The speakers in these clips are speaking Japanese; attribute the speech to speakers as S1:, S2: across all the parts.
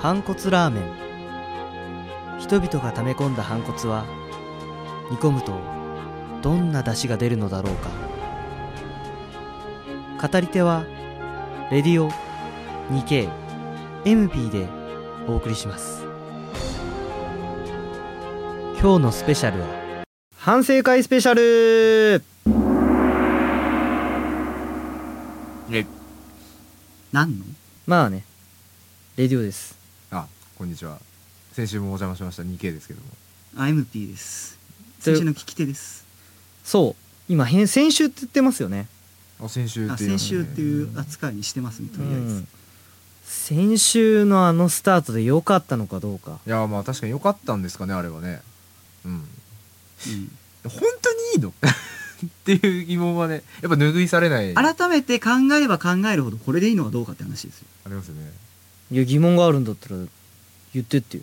S1: 反骨ラーメン人々が溜め込んだ反骨は煮込むとどんな出汁が出るのだろうか語り手はレディオ 2KMP でお送りします今日のスペシャルは反省会スペシャル
S2: 何の
S1: まあねレディオです
S3: あこんにちは先週もお邪魔しました 2K ですけども
S2: ?IMP です。
S1: という
S2: 先週の聞き手です。
S1: そう今へん先週って言ってますよね
S3: あ先週
S2: あ
S3: っていう、
S2: 先週っていう扱いにしてますね、とりあえ
S1: う
S2: ず
S1: ん。先週のあのスタートで良かったのかどうか
S3: いやまあ確かに良かったんですかねあれはねうん
S2: うん
S3: 本当にいいのっていう疑問はねやっぱ拭いされないあ
S2: 改めて考えれば考えるほどこれでいいのはどうかって話ですよ。
S3: りますよね
S1: いや疑問があるんだったら言ってってよ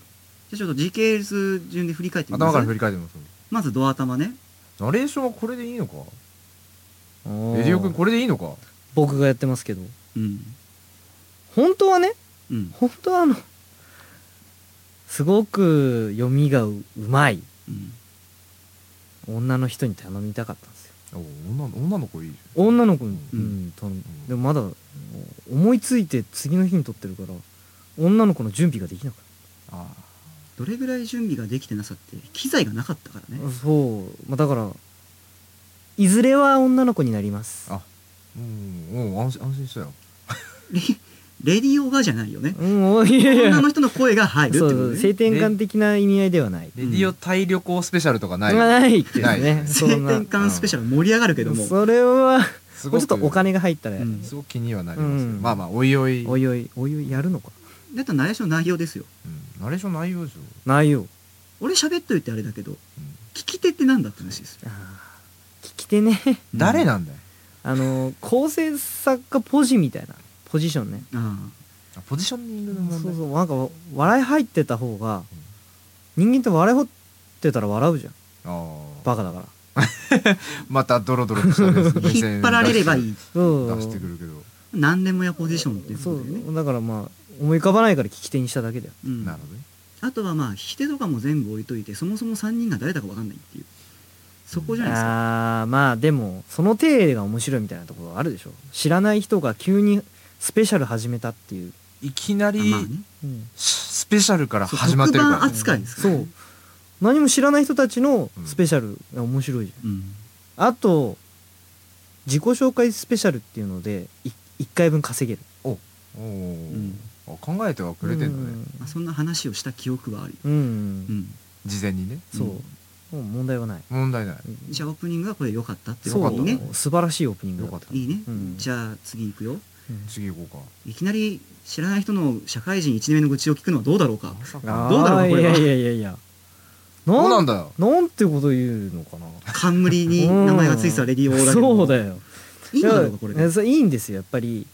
S2: じゃあちょっと時系列順で振り返ってみま
S3: 頭
S2: す
S3: から振り返ってみます
S2: まずドア頭ね。
S3: ナレーションはこれでいいのか
S1: エ
S3: エディオ君これでいいのか
S1: 僕がやってますけど
S2: うん。
S1: 本当はね
S2: うん。
S1: 本当はあのすごく読みがううまい
S2: うん。
S1: 女の人に頼みたかったんですよ
S3: お女の女の子いいじゃん
S1: 女の子に、う
S2: うんん
S1: 頼むでもまだ思いついて次の日に撮ってるから女の子の準備ができなかっ
S3: あ
S2: どれぐらい準備ができてなさって、機材がなかったから
S1: た
S2: ね。
S1: そう、まあ、だからいずれは女の子になります
S3: あうんうん安心安心したよ
S2: レレディオがじゃないよね。
S1: うんおいいやいや
S2: 女の人の声が入るって
S1: そ
S2: こ
S1: う
S2: と
S1: そう
S2: ね。
S1: 性転換的な意味合いではない、
S3: レディオ大旅行スペシャルとかない、
S1: ないですねそ
S2: 性
S1: んな
S2: 転換スペシャル盛り上がるけども。
S1: それは
S3: す
S1: も
S3: ご
S1: う
S3: く
S1: ちょっとお金が入ったら、
S2: うん
S3: すごく気にはなりますけど、
S1: うん
S3: まあまあおいおい
S1: おいおいおいおいやるのか
S2: だったらナレーションの内容ですよ。
S3: うん、ナレーション内容上、
S1: ないよ
S2: 俺喋っといてあれだけど、聞き手ってなんだって話ですよ。
S1: あー聞き手ね
S3: 誰なんだよ
S1: あの構成作家ポジみたいなポジションね
S2: あ
S3: あポジショニングの
S1: そう
S3: 問題
S1: そうなんか笑い入ってた方が人間って笑い掘ってたら笑うじゃん
S3: ああ
S1: バカだから
S3: またドロドロとした
S2: あ引っ張られればい
S3: い
S2: い。
S1: そう
S3: 出してくるけど
S2: 何でもやポジションっていう
S1: そ
S2: こと
S1: う
S2: だよね。
S1: だからまあ思い浮かばないから聞き手にしただけだよ
S2: うん
S3: なるほどね
S2: あとはまあ引き手とかも全部置いといてそもそも3人が誰だか分かんないっていうそこじゃないですか
S1: あーまあでもその体が面白いみたいなところはあるでしょ知らない人が急にスペシャル始めたっていう、
S3: いきなり
S2: あまあね
S3: ススペシャルから
S2: そう
S3: 始まってるか
S2: 特
S3: ら
S2: 番扱いですか
S1: そ
S2: ら、
S1: う何も知らない人たちのスペシャルが面白いじ
S2: うん
S1: ゃん、あと自己紹介スペシャルっていうので1回分稼げる
S3: おー
S2: うん
S3: あ考えてはくれてんだね
S2: まあ、そんな話をした記憶はあるよ、
S1: うん、うん
S2: うん、
S3: 事前にね
S1: そう、もう問題はない、
S3: 問題ない
S1: うん
S2: じゃあオープニングはこれ良かったってい
S1: そう
S3: よ
S2: こ
S3: か
S2: と
S3: っ
S2: い
S3: た
S2: いね
S1: 素晴らしいオープニングだ
S3: よかった
S2: いいね、
S1: うん
S2: じゃあ次行くよ
S1: うん
S3: 次行こう
S2: いきなり知らない人の社会人1年目の愚痴を聞くのはどうだろうか
S3: かまさ
S1: あ
S3: か
S1: ー
S2: どうだろうこれは
S1: や
S2: い
S1: いやいやいや
S3: そうなん
S1: だ
S3: だよ
S1: なんてこと言うのかな
S2: 冠に名前がついてたレディオーだけど
S1: そうだよ
S2: いいのだろうかこれ
S1: い
S2: で
S1: やそういいんですよやっぱり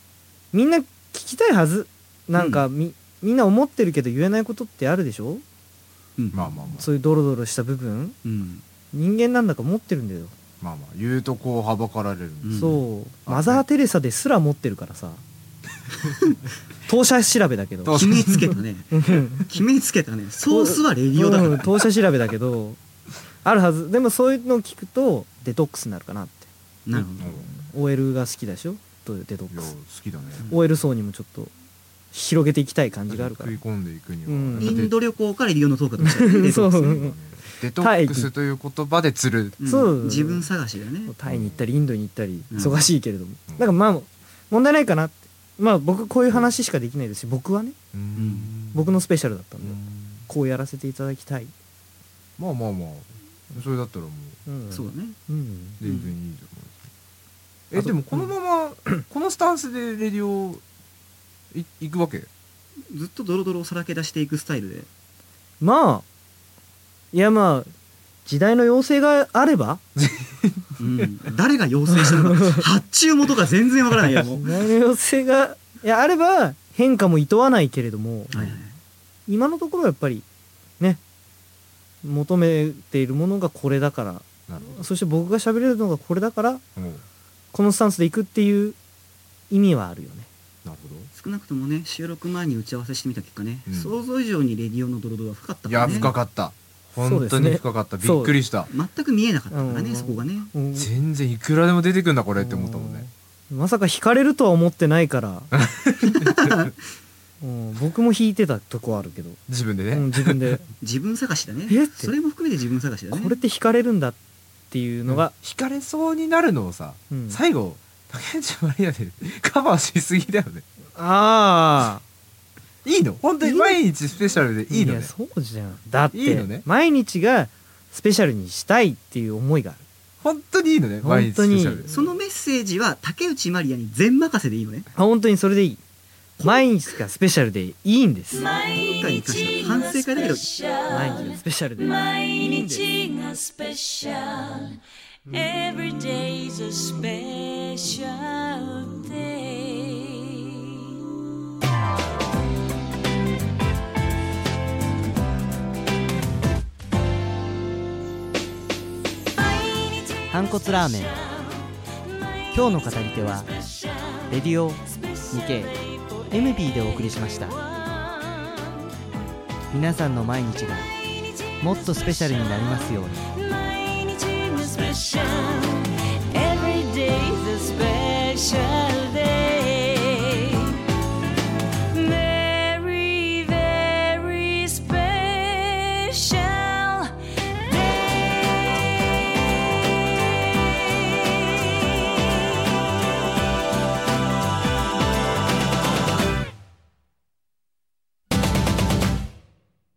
S1: みんな聞きたいはずなんかみ,、みんな思ってるけど言えないことってあるでしょ
S2: うん
S3: まあまあまあ
S1: そういうドロドロした部分
S2: うん
S1: 人間なんだか持ってるんだよ、
S3: まあまあ言うとこうはばかられる
S2: うん
S1: そう
S3: あ
S1: マザー・テレサですら持ってるから さ当社調べだけど
S3: 当
S2: 決めつけたね決めつけたねソースはレディオだから、
S1: うん当社調べだけどあるはずでもそういうのを聞くとデトックスになるかなって
S2: なるほ
S3: うん
S2: ど
S3: い
S1: OL が好きだでしょとデトッ
S3: や
S1: ク
S3: 好
S1: ス
S3: きだね
S1: OL 層にもちょっと広げていきたい感じがあるから
S3: 食い込んでいくに
S1: うん
S3: はや
S2: イ
S3: っぱ
S2: ンド旅行から医療のトークだとしたら
S1: そ
S2: デトックス
S1: う
S3: デトックスという言葉で釣る
S2: うん
S1: そう
S2: 自分探しだよね
S1: タイに行ったりインドに行ったり
S2: うん
S1: 忙しいけれども、
S3: うん
S1: だからまあ問題ないかなってまあ僕こういう話しかできないですし僕はね
S3: うん
S1: 僕のスペシャルだったん
S3: う
S1: で、
S3: ん
S1: こうやらせていただきたい、
S3: まあまあまあそれだったらもう
S1: うん、
S2: そうだね
S1: うん、
S3: 全然いい
S1: う
S3: じゃ
S1: ん
S3: ないですかえでもこのまま、このスタンスでレディオい行くわけ
S2: ずっとドロドロをさらけ出していくスタイルで
S1: まあいやまあ時代の要請があれば
S2: うん誰が要請したのか発注元が全然わからないよもう
S1: 時代の要請がいやあれば変化も厭わないけれども、
S2: はいはい
S1: 今のところやっぱりね求めているものがこれだから
S3: なる
S1: そして僕が喋れるのがこれだから
S3: ほどおう
S1: このスタンスで行くっていう意味はあるよね
S3: なるほど
S2: 少少なくともね収録前に打ち合わせしてみた結果ね、
S3: うん
S2: 想像以上にレディオのドロドロは深かった
S3: い
S2: から
S3: や
S2: ね
S3: 深かった
S4: そう
S3: 本
S4: です
S3: 当
S4: ね
S3: に深かったびっくりした
S2: 全く見えなかったからね、
S4: うん
S2: そこがね
S4: うん
S3: 全然いくらでも出てくんだこれって思ったもんね
S1: うんまさか弾かれるとは思ってない から、うん、僕も弾いてたとこあるけど、
S3: 自分で
S1: うん、
S3: ね
S1: 自分 で
S2: 自分探しだね
S1: えって
S2: それも含めて自分探しだね
S1: これって弾かれるんだっていうのが、
S3: 惹かれそうになるのをさ
S1: うん
S3: 最後竹内まりやで カバーしすぎだよね
S1: ああ
S3: いいの本当に毎日スペシャルでいいの
S1: や
S3: ね
S1: そうじゃんだって
S3: いいのね
S1: 毎日がスペシャルにしたいっていう思いがある
S3: 本当にいいのね毎日スペシャル
S2: そのメッセージは竹内まりやに全任せでいいのね
S1: あ本当にそれでいい毎日がスペシャルでいいんです
S5: 毎
S2: 回に関しては反省会だけど
S1: 毎日がスペシャルで
S5: 毎
S1: いいんです
S5: 日がスペシャル Every day's a special day
S1: 反骨ラーメン今日の語り手はレディオ 2KMB でお送りしました皆さんの毎日がもっとスペシャルになりますように
S5: 毎日がスペシャル